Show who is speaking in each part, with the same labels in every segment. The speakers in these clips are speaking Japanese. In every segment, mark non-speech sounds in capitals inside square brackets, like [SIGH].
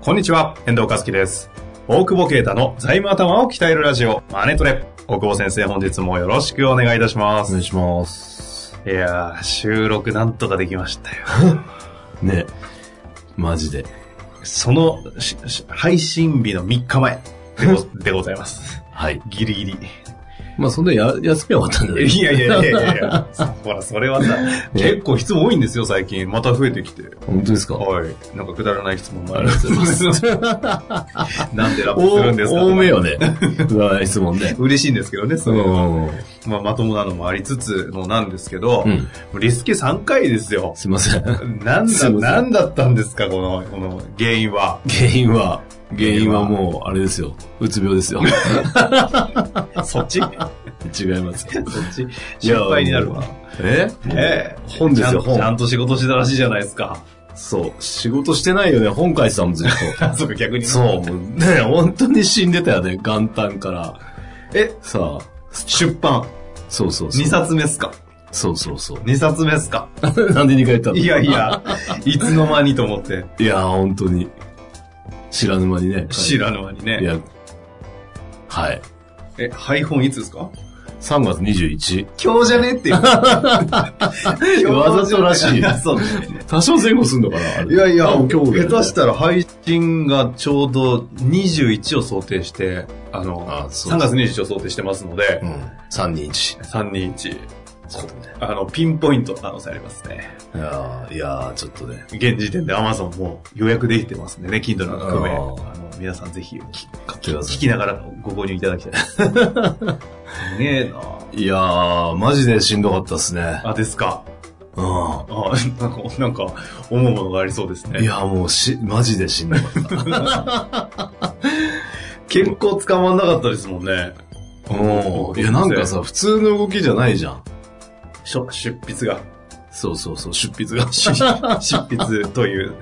Speaker 1: こんにちは、遠藤和樹です。大久保啓太の財務頭を鍛えるラジオ、マネトレ。大久保先生、本日もよろしくお願いいたしま
Speaker 2: お
Speaker 1: す。
Speaker 2: 願いします。
Speaker 1: いやー、収録なんとかできましたよ。
Speaker 2: ね。マジで。
Speaker 1: その、しし配信日の3日前でご
Speaker 2: [LAUGHS]
Speaker 1: でございます。
Speaker 2: はい。
Speaker 1: ギリギリ。
Speaker 2: まあ、そんなや、休みは終わったんだね。
Speaker 1: いやいやいやいやいや。ほら、それはさ、結構質問多いんですよ、最近。また増えてきて。
Speaker 2: 本当ですか
Speaker 1: はい。なんかくだらない質問もあ
Speaker 2: あ
Speaker 1: る
Speaker 2: [LAUGHS] りがとうございます。
Speaker 1: なんでラップす
Speaker 2: 多
Speaker 1: るんですか
Speaker 2: 多めよね。 [LAUGHS] うわ、質問ね。
Speaker 1: 嬉しいんですけどね、
Speaker 2: う
Speaker 1: そ
Speaker 2: ん
Speaker 1: れは。
Speaker 2: うん
Speaker 1: まあ、まともなのもありつつのなんですけど、
Speaker 2: うん。
Speaker 1: リスケ3回ですよ。
Speaker 2: すいません。原
Speaker 1: なん
Speaker 2: すい
Speaker 1: だ、
Speaker 2: ません
Speaker 1: なんだったんですか、この、この原因は。
Speaker 2: 因は、原因はもう、あれですよ。うつ病ですよ。 [LAUGHS]
Speaker 1: そっちそっ
Speaker 2: 違いますよ。
Speaker 1: ち心配になるわ。
Speaker 2: え
Speaker 1: ええ
Speaker 2: 本ですよ、
Speaker 1: ちゃんちゃん
Speaker 2: 本。
Speaker 1: と仕事してたらしいじゃないですか。
Speaker 2: そう。仕事してないよね、本書いてたもん、ずっ
Speaker 1: あ、そうか、逆に。
Speaker 2: と。 [LAUGHS] そう。もうね、本当に死んでたよね、元旦から。
Speaker 1: え、
Speaker 2: さあ、
Speaker 1: 出版、
Speaker 2: そうそうそう。
Speaker 1: 2冊目っすか
Speaker 2: そうそうそう。
Speaker 1: ?2 冊目っすか
Speaker 2: なんで2回言ったの
Speaker 1: いやいや、いつの間にと思って、
Speaker 2: いや、本当に。知らぬ間にね。
Speaker 1: 知らぬ間に
Speaker 2: い
Speaker 1: ね。
Speaker 2: や、はい。
Speaker 1: え、配本いつですか
Speaker 2: 3月21。
Speaker 1: 今日じゃね [LAUGHS] っていう。
Speaker 2: わざとらしい
Speaker 1: そう。
Speaker 2: 多少前後すんのかなあれ
Speaker 1: いやいや、
Speaker 2: あ今日だよね
Speaker 1: 下手したら配信がちょうど21を想定して、あの、
Speaker 2: あそ
Speaker 1: 3
Speaker 2: う
Speaker 1: 月21を想定してますので、
Speaker 2: うん。3人1。
Speaker 1: 3、2、1、
Speaker 2: ちょっとね。
Speaker 1: あの、ピンポイント可能性ありますね。
Speaker 2: いやーいやーちょっとね。
Speaker 1: 現時点で Amazon もう予約できてますんでね、Kindle の含め、あ
Speaker 2: あー
Speaker 1: の皆さんぜひき
Speaker 2: 買ってくださ
Speaker 1: 聞きながらご購入いただきたい。
Speaker 2: [LAUGHS]。
Speaker 1: すげえない
Speaker 2: いやーマジでしんどかったっすね。
Speaker 1: あ、ですか。
Speaker 2: うん。
Speaker 1: あなんか、なんか、思うものがありそうですね。
Speaker 2: いやーもうし、マジでしん
Speaker 1: [LAUGHS]
Speaker 2: どかっ
Speaker 1: 結構捕まんなかったですもんね。
Speaker 2: た。うん。いや、なんかさ、普通の動きじゃないじゃん。
Speaker 1: しょ、出筆が。
Speaker 2: そうそうそう、出
Speaker 1: [LAUGHS]
Speaker 2: 筆が。
Speaker 1: 執筆という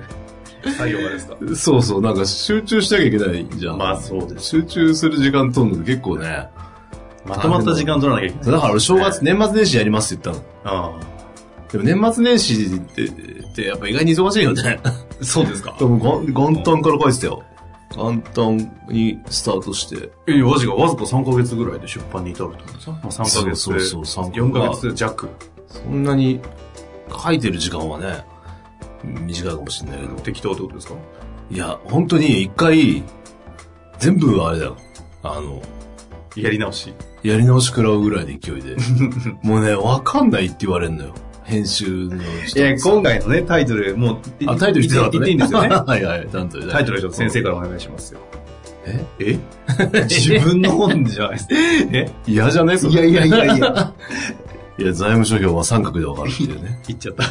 Speaker 1: 作業がですか
Speaker 2: そうそう、なんか集中しなきゃいけないじゃん。
Speaker 1: まあそうです。
Speaker 2: 集中する時間取るの結構ね。
Speaker 1: まとまった時間取らなきゃいけない。
Speaker 2: だから俺正月、年末年始やりますって言ったの。
Speaker 1: あ
Speaker 2: でも年末年始って、ってやっぱ意外に忙しいよね。
Speaker 1: あ [LAUGHS] そうですか
Speaker 2: で。も元元旦から書いてたよ。元旦にスタートして。
Speaker 1: え、わずか、わずか3ヶ月ぐらいで出版に至るってことですかまあ3ヶ月。
Speaker 2: そうそうそう3
Speaker 1: 4ヶ月弱
Speaker 2: そんなに書いてる時間はね、短いかもしれないけど。
Speaker 1: 適当ってことですか
Speaker 2: いや、本当に一回、全部あれだよ。あの、
Speaker 1: やり直し。
Speaker 2: やり直し食らうぐらいの勢い
Speaker 1: [LAUGHS]
Speaker 2: で。もうね、わかんないって言われんのよ。編集の人。
Speaker 1: え、今回のね、タイトル、もう、
Speaker 2: あ、タイトル言ってなかったね。
Speaker 1: いいんですよね。
Speaker 2: [LAUGHS] はいはい、タイト
Speaker 1: [LAUGHS]
Speaker 2: ル。
Speaker 1: タイトルちょっと先生からお願いしますよ。
Speaker 2: え
Speaker 1: え
Speaker 2: [LAUGHS]
Speaker 1: 自分の本じゃないですか。え
Speaker 2: 嫌じゃねそれ
Speaker 1: いやいやいやいや。
Speaker 2: いや、財務諸表は三角でわかるっていうね。
Speaker 1: 言っちゃった。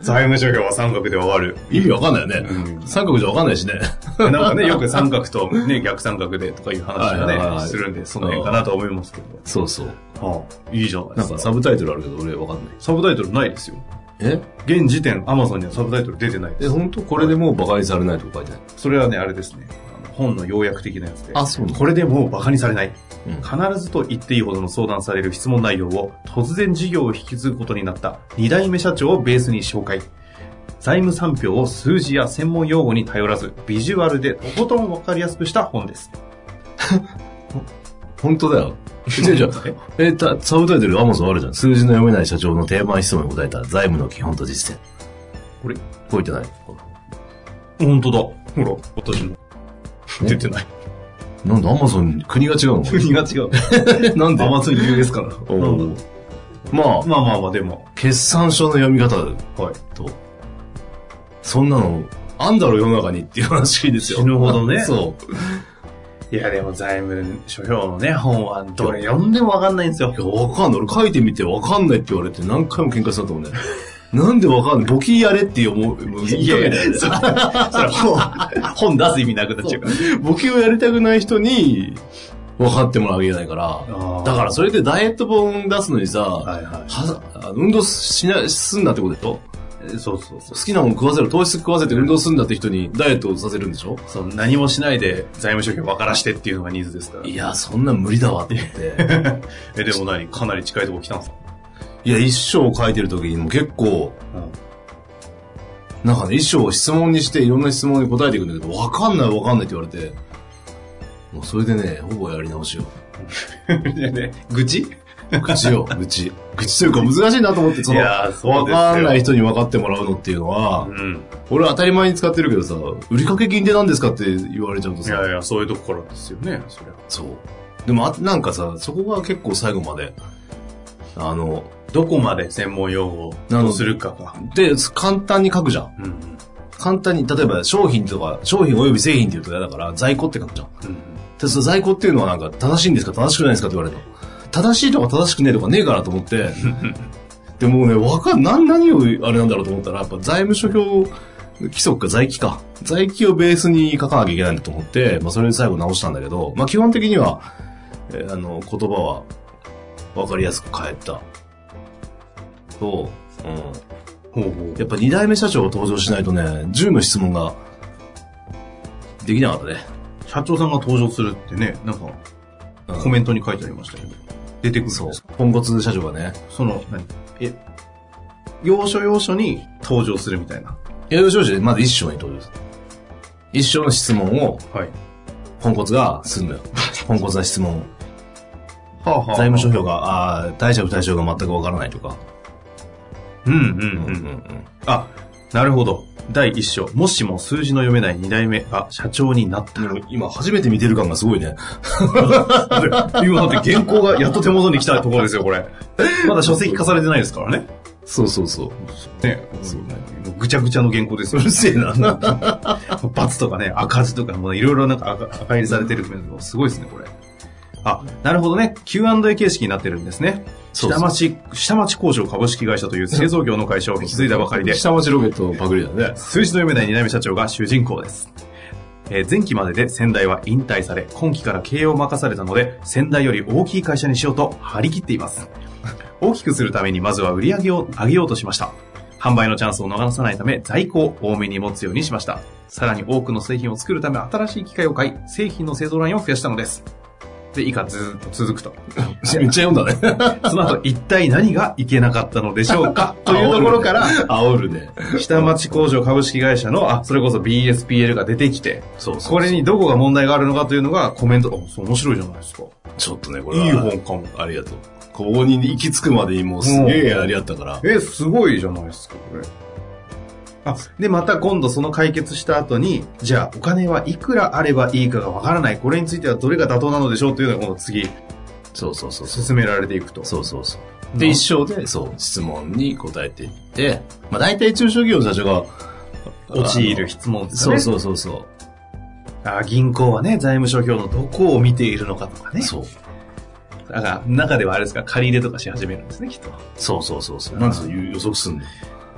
Speaker 1: 財務諸表は三角で終わる。
Speaker 2: 意味わかんないよね。
Speaker 1: うん
Speaker 2: 三角じゃわかんないしね。
Speaker 1: なんかね、よく三角と、ね、逆三角でとかいう話が
Speaker 2: はいはいは
Speaker 1: ね、
Speaker 2: い
Speaker 1: するんで、その辺かなと思いますけど。
Speaker 2: そうそう。
Speaker 1: はあ、いいじゃないで
Speaker 2: な
Speaker 1: す
Speaker 2: ん
Speaker 1: か。
Speaker 2: かサブタイトルあるけど俺わかんない。
Speaker 1: サブタイトルないですよ。
Speaker 2: え
Speaker 1: 現時点、アマゾンにはサブタイトル出てないで
Speaker 2: え、
Speaker 1: す。
Speaker 2: 本当これでもうバカにされないとか書いてない。
Speaker 1: それはね、あれですね。あの本の要約的なやつで。
Speaker 2: そうな
Speaker 1: これでもう馬鹿にされない。
Speaker 2: うん
Speaker 1: 必ずと言っていいほどの相談される質問内容を突然事業を引き継ぐことになった2代目社長をベースに紹介。財務三票を数字や専門用語に頼らず、ビジュアルでとことんわかりやすくした本です。
Speaker 2: 本当だよ。違う違う。え、たサブタイトルアマゾンあるじゃん。数字の読めない社長の定番質問に答えた財務の基本と実践。
Speaker 1: これ
Speaker 2: 書いてない。
Speaker 1: 本当だ。ほら、私の。出てない。 [LAUGHS]
Speaker 2: なんでアマゾン国が違うの
Speaker 1: 国が違う。
Speaker 2: なんで
Speaker 1: アマゾン有ですから。
Speaker 2: おーまあ、
Speaker 1: まあまあまあ、でも。
Speaker 2: 決算書の読み方
Speaker 1: はい。
Speaker 2: と、 [LAUGHS] そんなの、あんだろ世の中にっていう話ですよ。
Speaker 1: 死ぬほどね
Speaker 2: そ
Speaker 1: いや、でも財務諸表のね、本はどれ読んでもわかんないんですよ
Speaker 2: い。や、わかんない。俺書いてみてわかんないって言われて何回も喧嘩したと思うんだよ。なんでわかんない。簿記やれって思う。
Speaker 1: いやいや、それ、それ本、本出す意味なくなっちゃうから。
Speaker 2: 簿記をやりたくない人に分かってもらうわけじゃないから。
Speaker 1: あー
Speaker 2: だからそれでダイエット本出すのにさ、
Speaker 1: はいは
Speaker 2: はあ運動しな、すんなってことでしょ
Speaker 1: い。そうそうそ
Speaker 2: 好
Speaker 1: う。
Speaker 2: きなもん食わせろ、糖質食わせて運動すんだって人にダイエットをさせるんでしょ
Speaker 1: その何もしないで財務諸表分からしてっていうのがニーズですから。
Speaker 2: いや、そんなん無理だわって
Speaker 1: [LAUGHS]
Speaker 2: 思って。
Speaker 1: え、でも何かなり近いとこ来たんすか
Speaker 2: いや、一章を書いてる時にも結構、なんかね、一章を質問にしていろんな質問に答えていくんだけど、わかんないわかんないって言われて、もうそれでね、ほぼやり直しよ。
Speaker 1: うん。 [LAUGHS] いやね、愚痴
Speaker 2: 愚
Speaker 1: [LAUGHS]
Speaker 2: 痴よ、愚痴。愚痴というか難しいなと思って、そ
Speaker 1: い
Speaker 2: の、
Speaker 1: やーそう
Speaker 2: わ
Speaker 1: ですよ
Speaker 2: かんない人に分かってもらうのっていうのは、
Speaker 1: うん。
Speaker 2: 俺当たり前に使ってるけどさ、売掛金って何ですかって言われちゃうと
Speaker 1: い
Speaker 2: さ、
Speaker 1: やいや、そういうとこからですよね、そりゃ。
Speaker 2: そう。でも、あなんかさ、そこが結構最後まで、あの、
Speaker 1: どこまで専門用語をどうするかが。
Speaker 2: で、簡単に書くじゃん。
Speaker 1: うんうん。
Speaker 2: 簡単に、例えば商品とか、商品及び製品って言うと嫌だから、在庫って書くじゃん。
Speaker 1: うん
Speaker 2: で、その在庫っていうのはなんか、正しいんですか正しくないんですかって言われるの。正しいとか正しくねえとかねえからと思って、でもうね、わかん、な、何をあれなんだろうと思ったら、やっぱ財務諸表規則か、在記か。在記をベースに書かなきゃいけないんだと思って、まあそれで最後直したんだけど、まあ基本的には、えーあの、言葉は、わかりやすく変えた。と、うん。
Speaker 1: ほうほう。
Speaker 2: やっぱ二代目社長登場しないとね、10の質問が、できなかったね。
Speaker 1: 社長さんが登場するってね、なんか、
Speaker 2: うん
Speaker 1: コメントに書いてありましたけど。出てくるんです
Speaker 2: そう
Speaker 1: か。
Speaker 2: ポンコツ社長がね。
Speaker 1: その、何え、要所要所に登場するみたいな。
Speaker 2: いや、よしよし、まず一章に登場する。一章の質問を、
Speaker 1: はい。
Speaker 2: ポンコツがする [LAUGHS] のよ。ポンコツな質問を。
Speaker 1: はあ、は
Speaker 2: 財務諸表が、ああー、貸借対象が全くわからないとか。
Speaker 1: うんうん
Speaker 2: うんう
Speaker 1: うんん。
Speaker 2: うん。
Speaker 1: あ、なるほど。第一章。もしも数字の読めない二代目が社長になった。 [LAUGHS]
Speaker 2: 今、初めて見てる感がすごいね。
Speaker 1: 今だって原稿がやっと手元に来たところですよ、こ [LAUGHS] れ。まだ書籍化されてないですからね。
Speaker 2: そうそうそう。
Speaker 1: ね。ぐちゃぐちゃの原稿ですよ。うるせえな。罰とかね、赤字とか、もういろいろなんか赤赤入りされてるけど、すごいですね、これ。あ、なるほどね。Q&A 形式になってるんですね。
Speaker 2: そう
Speaker 1: 下
Speaker 2: そう
Speaker 1: 町、下町工場株式会社という製造業の会社を引き継いだばかりで、
Speaker 2: 下町ロケットパクリだね。
Speaker 1: 数字の読めない二代目社長が主人公です。えー前期までで先代は引退され、今期から経営を任されたので、先代より大きい会社にしようと張り切っています。大きくするためにまずは売り上げを上げようとしました。販売のチャンスを逃さないため、在庫を多めに持つようにしました。さらに多くの製品を作るため、新しい機械を買い、製品の製造ラインを増やしたのです。で、以下ずーっと続くと。
Speaker 2: [LAUGHS] めっちゃ読んだ [LAUGHS] ね。
Speaker 1: その後、一体何がいけなかったのでしょうかというところ
Speaker 2: [LAUGHS]
Speaker 1: から、
Speaker 2: 煽るね。
Speaker 1: 下町工場株式会社の、あ、それこそ BSPL が出てきて、
Speaker 2: そうそう。
Speaker 1: これにどこが問題があるのかというのがコメント、あそう面白いじゃないですか。
Speaker 2: ちょっとね、これは。
Speaker 1: いい本かも。
Speaker 2: ありがとう。ここに行き着くまでにもうすげえやりあったから。
Speaker 1: え、すごいじゃないですか、これ。あ、で、また今度その解決した後に、じゃあお金はいくらあればいいかがわからない。これについてはどれが妥当なのでしょうというのがこの次、
Speaker 2: そうそうそうそう。
Speaker 1: 進められていくと。
Speaker 2: そうそうそう。
Speaker 1: う
Speaker 2: で、
Speaker 1: ん
Speaker 2: 一章で、そう、質問に答えていって、まあ大体中小企業の社長が、
Speaker 1: 陥る質問
Speaker 2: あ
Speaker 1: で
Speaker 2: の。
Speaker 1: す
Speaker 2: そ
Speaker 1: ね。
Speaker 2: うそうそうそ
Speaker 1: あ銀行はね、財務諸表のどこを見ているのかとか
Speaker 2: う。
Speaker 1: ね。
Speaker 2: そう。
Speaker 1: だから、中ではあれですか、借り入れとかし始めるんですね、きっと。
Speaker 2: そうそうそうそう。なんでそういう予測すんの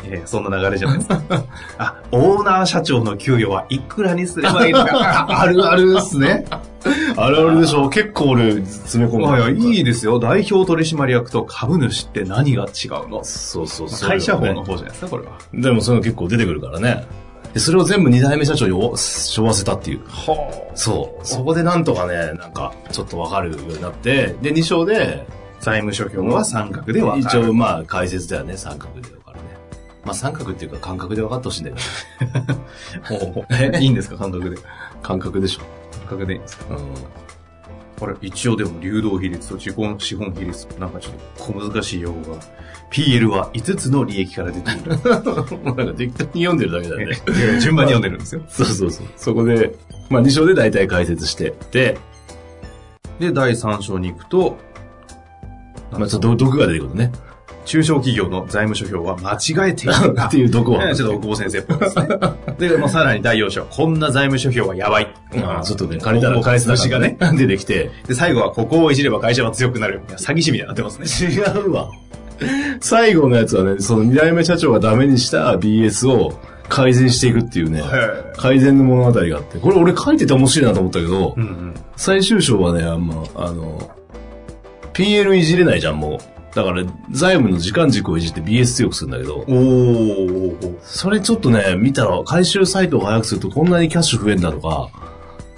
Speaker 1: えーそんな流れじゃないですか。 [LAUGHS] あ、オーナー社長の給与はいくらにすればいいのか。 [LAUGHS] ああるあるですね。
Speaker 2: あれあれでしょ結構俺、詰め込
Speaker 1: い
Speaker 2: む。
Speaker 1: や、いいですよ。代表取締役と株主って何が違うの
Speaker 2: そうそうそう。
Speaker 1: 会社法の方じゃないですか、これは。
Speaker 2: でもそういうの結構出てくるからね。でそれを全部二代目社長にお背負わせたっていう。そう。そこでなんとかね、なんか、ちょっとわかるようになって、で、二章で、
Speaker 1: 財務諸表は三角で分か
Speaker 2: 一
Speaker 1: る。
Speaker 2: 応まあ解説ではね、三角で分かるね。まあ三角っていうか感覚で分かってほしいんだよね。
Speaker 1: ほう [LAUGHS] えいいんですか、感覚で。
Speaker 2: 感覚でしょ。
Speaker 1: 感覚でいいんですか。
Speaker 2: うん。 [LAUGHS]
Speaker 1: これ、一応でも流動比率と自己資本比率、なんかちょっと小難しい用語が。PL は5つの利益から出ている。
Speaker 2: なんか適当に読んでるだけだ
Speaker 1: [LAUGHS]
Speaker 2: よね。
Speaker 1: ね順番に読んでるんですよ。
Speaker 2: そうそうそう。そこで、まあ二章で大体解説して、で、
Speaker 1: で、第3章に行くと、
Speaker 2: まあちょっと毒が出てくるね。
Speaker 1: 中小企業の財務諸表は間違えている
Speaker 2: っていう毒
Speaker 1: [LAUGHS]
Speaker 2: は
Speaker 1: えーちょっと大久保先生っぽいです
Speaker 2: [LAUGHS]
Speaker 1: ね。で、まあ、さらに第4章、こんな財務諸表はやばい。
Speaker 2: あーちょっとね、借りたら返す
Speaker 1: 虫がね。
Speaker 2: 出てきて。
Speaker 1: で、最後はここをいじれば会社は強くなる。みたいな詐欺師みたいになってますね。
Speaker 2: 違うわ。最後のやつはね、その二代目社長がダメにした BS を改善していくっていうね、
Speaker 1: はい
Speaker 2: 改善の物語があって、これ俺書いてて面白いなと思ったけど、
Speaker 1: うんうん。
Speaker 2: 最終章はね、あんま、あの、PL いじれないじゃん、もう。だから、財務の時間軸をいじって BS 強くするんだけど、
Speaker 1: おー。
Speaker 2: それちょっとね、見たら、回収サイトを早くするとこんなにキャッシュ増えんだとか、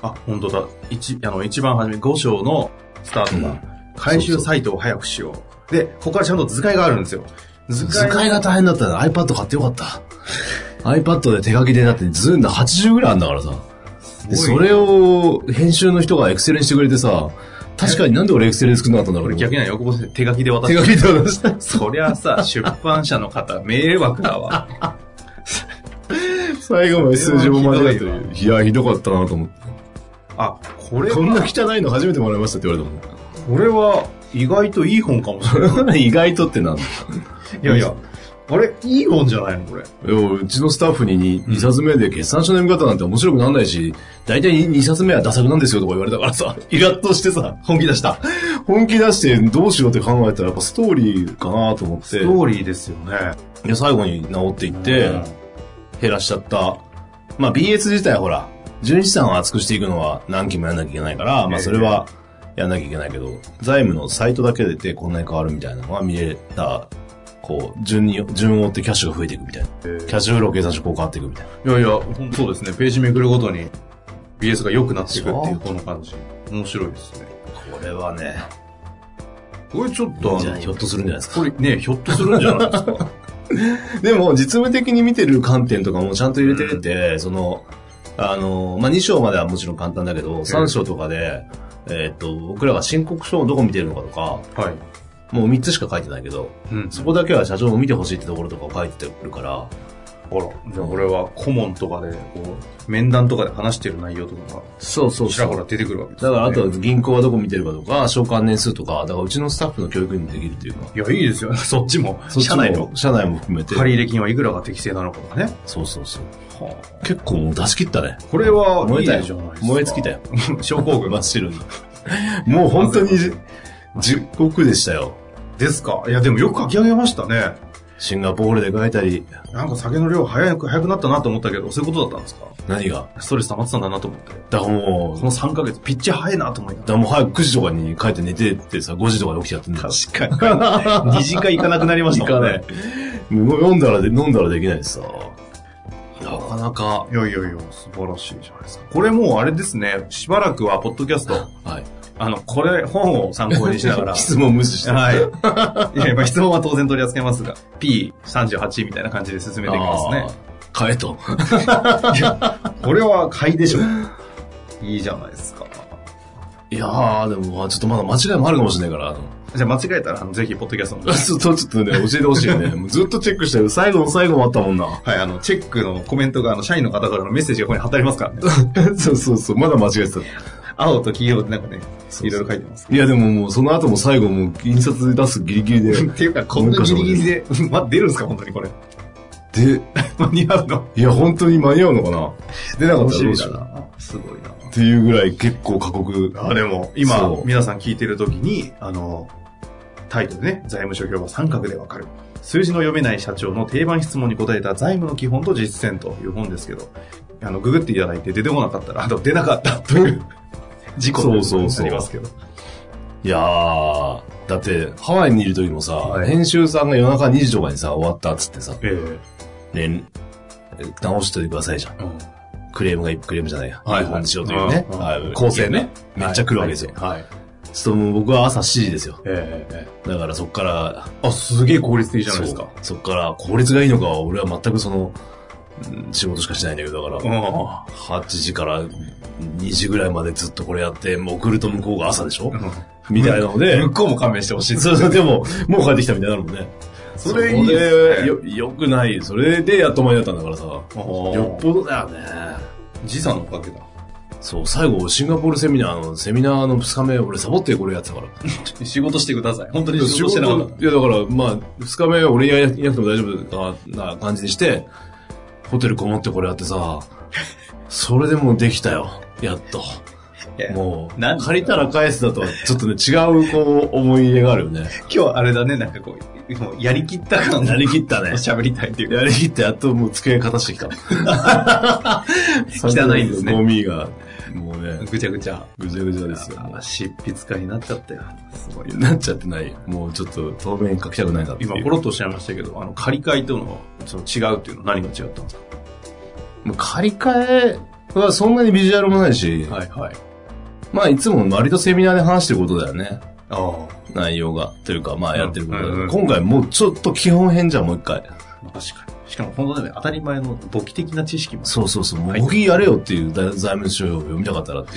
Speaker 1: あ、本当だ。一、あの、一番初め、5章のスタート
Speaker 2: う
Speaker 1: が
Speaker 2: ん、
Speaker 1: 回収サイトを早くしよう。で、ここからちゃんと図解があるんですよ。図
Speaker 2: 図解が大変だったら iPad 買ってよかった。iPad で手書きでだってずんだ80ぐらいあんだからさ。で、
Speaker 1: すごい
Speaker 2: それを編集の人が Excel にしてくれてさ、確かになんで俺 Excel で作んなかったんだろ
Speaker 1: こ
Speaker 2: う
Speaker 1: れ逆には横棒先生手書きで渡
Speaker 2: 手
Speaker 1: し
Speaker 2: 書
Speaker 1: て
Speaker 2: きで渡した。
Speaker 1: そりゃさ、出版社の方、迷惑だわ。
Speaker 2: 最後まで数字も間違えて
Speaker 1: これは
Speaker 2: る。いや、ひどかったなと思って。
Speaker 1: あ、これは、
Speaker 2: こんな汚いの初めてもらいましたって言われたも
Speaker 1: こ
Speaker 2: ん。
Speaker 1: れは意外といい本かもし
Speaker 2: [LAUGHS]
Speaker 1: れない。
Speaker 2: 意外とってなんだ。
Speaker 1: いやいや、あれ、いい本じゃないのこれ。
Speaker 2: いやうちのスタッフに 2, 冊目で決算書の読み方なんて面白くなんないし、大体 2, 冊目はダサくなんですよとか言われたからさ、 [LAUGHS] イラッとしてさ、
Speaker 1: 本気出した。
Speaker 2: 本気出してどうしようって考えたらやっぱストーリーかなと思って
Speaker 1: スト、ーリーですよね。
Speaker 2: で最後に直っていって、
Speaker 1: うん
Speaker 2: 減らしちゃった。まあ BS 自体はほら、純資産を厚くしていくのは何期もやんなきゃいけないから、まあそれはやんなきゃいけないけど、財務のサイトだけでこんなに変わるみたいなのは見れた、こう、順に、順を追ってキャッシュが増えていくみたいな。キャッシュフロー計算書こう変わっていくみたいな。
Speaker 1: いやいや、本当ですね。ページめくるごとに BS が良くなっていくっていう、
Speaker 2: そう
Speaker 1: この感じ。面白いですね。
Speaker 2: これはね、
Speaker 1: これちょっとあ
Speaker 2: じゃ
Speaker 1: の
Speaker 2: あ、ひょっとするんじゃないですか。
Speaker 1: これね、ひょっとするんじゃないです
Speaker 2: [LAUGHS]
Speaker 1: か。
Speaker 2: でも、実務的に見てる観点とかもちゃんと入れてて、その、あの、まあ、2章まではもちろん簡単だけど、3章とかで、えーっと、僕らが申告書をどこ見てるのかとか、
Speaker 1: はい。
Speaker 2: もう3つしか書いてないけど、
Speaker 1: うん。
Speaker 2: そこだけは社長も見てほしいってところとかを書いてるから、
Speaker 1: ほら、じゃあこれは顧問とかで、こう、面談とかで話してる内容とか
Speaker 2: そうそ
Speaker 1: が、ちらほら出てくるわけです
Speaker 2: だ
Speaker 1: よ
Speaker 2: か
Speaker 1: ね
Speaker 2: ら、あとは銀行はどこ見てるかとか、償還年数とか、だからうちのスタッフの教育にもできるっていうか、
Speaker 1: いや、いいですよ [LAUGHS] ね。そっちも。
Speaker 2: そっち
Speaker 1: 社内の
Speaker 2: も、。社内も含めて。
Speaker 1: 借入金はいくらが適正なのかとかね。
Speaker 2: そうそうそう。結構もう出し切ったね。
Speaker 1: これは、
Speaker 2: 燃えた
Speaker 1: いいじゃない
Speaker 2: よ
Speaker 1: です。か
Speaker 2: 燃え尽きたよ。
Speaker 1: [LAUGHS] 症候群
Speaker 2: 真っ白に。もう本当に地獄でしたよ。
Speaker 1: ですか。いや、でもよく書き上げましたね。
Speaker 2: シンガポールで書いたり、
Speaker 1: なんか酒の量早く、早くなったなと思ったけど、そういうことだったんですか
Speaker 2: 何が。
Speaker 1: ストレス溜まってたんだなと思って。
Speaker 2: だからも
Speaker 1: こ
Speaker 2: う、
Speaker 1: の3ヶ月、ピッチ早いなと思いな
Speaker 2: だ
Speaker 1: が
Speaker 2: からもう早く9時とかに帰って寝てってさ、5時とかで起きちゃってんだよ
Speaker 1: ら。確か [LAUGHS] に。二次会行かなくなりましたもんね。
Speaker 2: もう飲んだらで、飲んだらできないしさ。なかなか。
Speaker 1: いやいやいや、素晴らしいじゃないですか。これもうあれですね、しばらくは、ポッドキャスト、
Speaker 2: はい。
Speaker 1: あの、これ、本を参考にし [LAUGHS] ながら。
Speaker 2: 質問無視して。
Speaker 1: はい。いや、まあ質問は当然取り扱いますが、P38 みたいな感じで進めていきますね。
Speaker 2: あー。買えと。
Speaker 1: これは買いでしょ。いいじゃないですか。
Speaker 2: いやー、でも、ちょっとまだ間違いもあるかもしれないから、あの
Speaker 1: じゃあ間違えたら、あのぜひ、ポッドキャストの方で。
Speaker 2: [LAUGHS] ちょっと、ちょっとね、教えてほしいよね。 [LAUGHS] もうずっとチェックしたよ。最後の最後もあったもんな。
Speaker 1: はい、あの、チェックのコメントが、あの、社員の方からのメッセージがここに貼ってありますからね。
Speaker 2: [LAUGHS]
Speaker 1: [LAUGHS]
Speaker 2: そうそうそう、まだ間違えてた。
Speaker 1: 青と黄色でなんかね、
Speaker 2: そう
Speaker 1: いろいろ書いてます。
Speaker 2: いや、でももう、その後も最後もう、印刷出すギリギ [LAUGHS] リで。
Speaker 1: っていうか、こんなギリギリで、ま、出るんですか、本当にこれ。
Speaker 2: で、
Speaker 1: 間に合うの。
Speaker 2: いや、本当に間に合うのかな出なかったらどうしよう。
Speaker 1: な。すごいな。
Speaker 2: っていうぐらい結構過酷。
Speaker 1: あ、でも、今
Speaker 2: そ、う
Speaker 1: 皆さん聞いてるときに、あの、タイトルね、財務諸表は三角でわかる。数字の読めない社長の定番質問に答えた財務の基本と実践という本ですけど、あの、ググっていただいて出てこなかったら、あと出なかったと [LAUGHS] いう事故
Speaker 2: そうそう
Speaker 1: に
Speaker 2: そう
Speaker 1: なりますけど。
Speaker 2: いやー、だって、ハワイにいる時もさ、
Speaker 1: はい
Speaker 2: 編集さんが夜中2時とかにさ、終わったっつってさ、
Speaker 1: ええ
Speaker 2: ね、直しててくださいじゃん。クレームが、クレームじゃないや。
Speaker 1: はい
Speaker 2: 日本にしようというね
Speaker 1: うん。うん
Speaker 2: 構成ね。めっちゃ来るわけですよ。
Speaker 1: はい。
Speaker 2: ちょっともう僕は朝7時ですよ。
Speaker 1: ええ
Speaker 2: だからそっから、
Speaker 1: あ、すげえ効率的じゃないですか。
Speaker 2: そうそっから、効率がいいのかは俺は全くその、うん仕事しかしてないんだけど、だ
Speaker 1: う
Speaker 2: から、
Speaker 1: ん
Speaker 2: 8時から2時ぐらいまでずっとこれやって、もう送ると向こうが朝でしょ
Speaker 1: う
Speaker 2: みたいなので、
Speaker 1: ん向こうも勘弁してほしいです
Speaker 2: そうそう、でも、もう帰ってきたみたいになるもんね。
Speaker 1: それいいですね
Speaker 2: よ、よくない。それでやっと前だったんだからさ。よっ
Speaker 1: よっぽ
Speaker 2: ぽどだよね。
Speaker 1: 時差のおかげだ。
Speaker 2: そう、最後、シンガポールセミナーの、セミナーの2日目、俺サボってこれやってたから。
Speaker 1: 仕事してください。本当に仕事してなかった。
Speaker 2: いや、だから、まあ、2日目は俺いなくても大丈夫なな感じにして、ホテルこもってこれやってさ、それでもうできたよ。やっと。
Speaker 1: いや
Speaker 2: もう、
Speaker 1: なん
Speaker 2: 借りたら返すだとは、ちょっとね、違う、こう、思い入れがあるよね。
Speaker 1: 今日あれだね、なんかこう、もうやりきった感
Speaker 2: やりきったね。
Speaker 1: 喋りたいっていうか。
Speaker 2: やりきって、やっともう机片してきた。
Speaker 1: [LAUGHS] 汚いですね
Speaker 2: ゴミが、もうね、
Speaker 1: ぐちゃぐちゃ。
Speaker 2: ぐちゃぐちゃですよ。
Speaker 1: あー執筆家になっちゃったよ。すごい
Speaker 2: なっちゃってない。もうちょっと、透明に書きたくないなっていう
Speaker 1: 今、ポロッとおっしゃいましたけど、あの、借り換えとの、その違うっていうのは何が違ったんです
Speaker 2: もう借り換えはそんなにビジュアルもないし、
Speaker 1: かはいはい。
Speaker 2: まあいつも割とセミナーで話してることだよね。
Speaker 1: あ
Speaker 2: 内容が。というか、まあやってることだよね、
Speaker 1: うんうん
Speaker 2: 今回もうちょっと基本編じゃん、もう一回。
Speaker 1: あ、確かに。しかも、本当ね、当たり前の簿記的な知識も、
Speaker 2: そうそうそう。もう、簿記やれよっていう財務諸表を読みたかったらって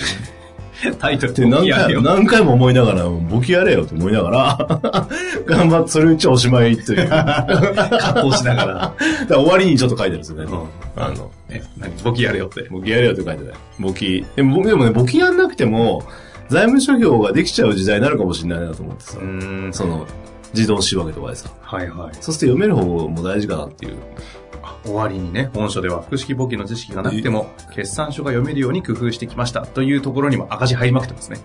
Speaker 2: いう。
Speaker 1: タイトル
Speaker 2: で、何
Speaker 1: いやい
Speaker 2: 回
Speaker 1: や
Speaker 2: も、何回も思いながら、簿記やれよって思いながら、 [LAUGHS] 頑張って、それうちはおしま
Speaker 1: [LAUGHS]
Speaker 2: いという。だか
Speaker 1: 葛藤しながら、
Speaker 2: ら終わりにちょっと書いてるんですよね。
Speaker 1: うん
Speaker 2: あの、
Speaker 1: ね、何、簿記やれよって。
Speaker 2: 簿記やれよって書いてない。簿記。でも、でもね、簿記やんなくても、財務諸表ができちゃう時代になるかもしれないなと思ってさ。
Speaker 1: ん
Speaker 2: その、自動仕分けとかでさ。
Speaker 1: はいはい。
Speaker 2: そうすると読める方も大事かなっていう。
Speaker 1: 終わりにね、本書では複式簿記の知識がなくても、決算書が読めるように工夫してきましたというところにも赤字入りまくってますね。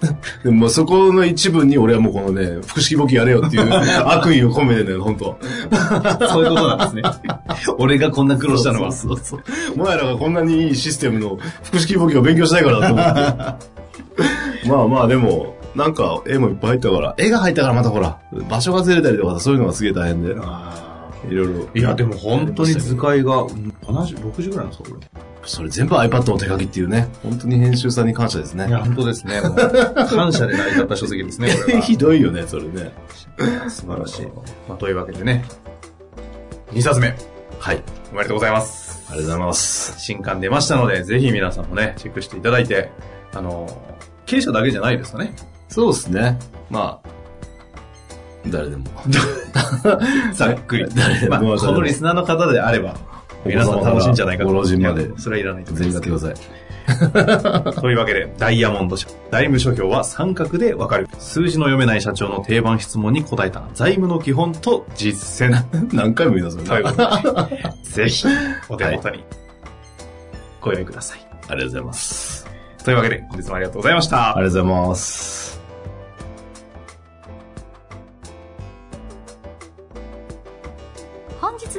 Speaker 2: でもまあそこの一部に俺はもうこのね、複式簿記やれよっていう
Speaker 1: [LAUGHS]
Speaker 2: 悪意を込めてね、本当
Speaker 1: [LAUGHS] そういうことなんですね。 [LAUGHS] 俺がこんな苦労したのは。
Speaker 2: そうそうそう。お前らがこんなにいいシステムの複式簿記を勉強したいからだと思って。まあまあでも、なんか絵もいっぱい入ったから、絵が入ったからまたほら、場所がずれたりとかさそういうのがすげえ大変で、いろいろ。
Speaker 1: いや、でも本当に図解が、うん70、60ぐらいなんですか、これ。
Speaker 2: それ全部 iPad の手書きっていうね、本当に編集さんに感謝ですね
Speaker 1: い。や、本当ですね。 [LAUGHS] もう感謝で成り立った書籍ですね、これは。
Speaker 2: ひどいよね、それね。
Speaker 1: [LAUGHS] 素晴らしい。まあ、というわけでね、2冊目、
Speaker 2: はい。
Speaker 1: おめでとうございます。
Speaker 2: ありがとうございます。
Speaker 1: 新刊出ましたので、ぜひ皆さんもね、チェックしていただいて、あの、経営者だけじゃないですか
Speaker 2: [LAUGHS]
Speaker 1: ね。
Speaker 2: そうですね。まあ、誰でも。
Speaker 1: ざっくり。
Speaker 2: 誰で
Speaker 1: まあ、
Speaker 2: も。
Speaker 1: このリスナーの方であれば、皆さん楽しいんじゃないかと。
Speaker 2: ご老人まで
Speaker 1: いやそれはいらないと思
Speaker 2: 全
Speaker 1: い
Speaker 2: 員
Speaker 1: ま
Speaker 2: 買
Speaker 1: す
Speaker 2: っ
Speaker 1: け
Speaker 2: て
Speaker 1: ど
Speaker 2: ください。 [LAUGHS]
Speaker 1: というわけで、ダイヤモンド社。財務諸表は三角でわかる。数字の読めない社長の定番質問に答えた財務の基本と実践。
Speaker 2: 何回も言いなさい。
Speaker 1: とい
Speaker 2: あ
Speaker 1: う
Speaker 2: り
Speaker 1: こと
Speaker 2: が [LAUGHS]
Speaker 1: で、ぜひ、お手元にご用意ください。
Speaker 2: とうございます。
Speaker 1: というわけで、本日もありがとうございました。
Speaker 2: ありがとうございます。
Speaker 3: 本日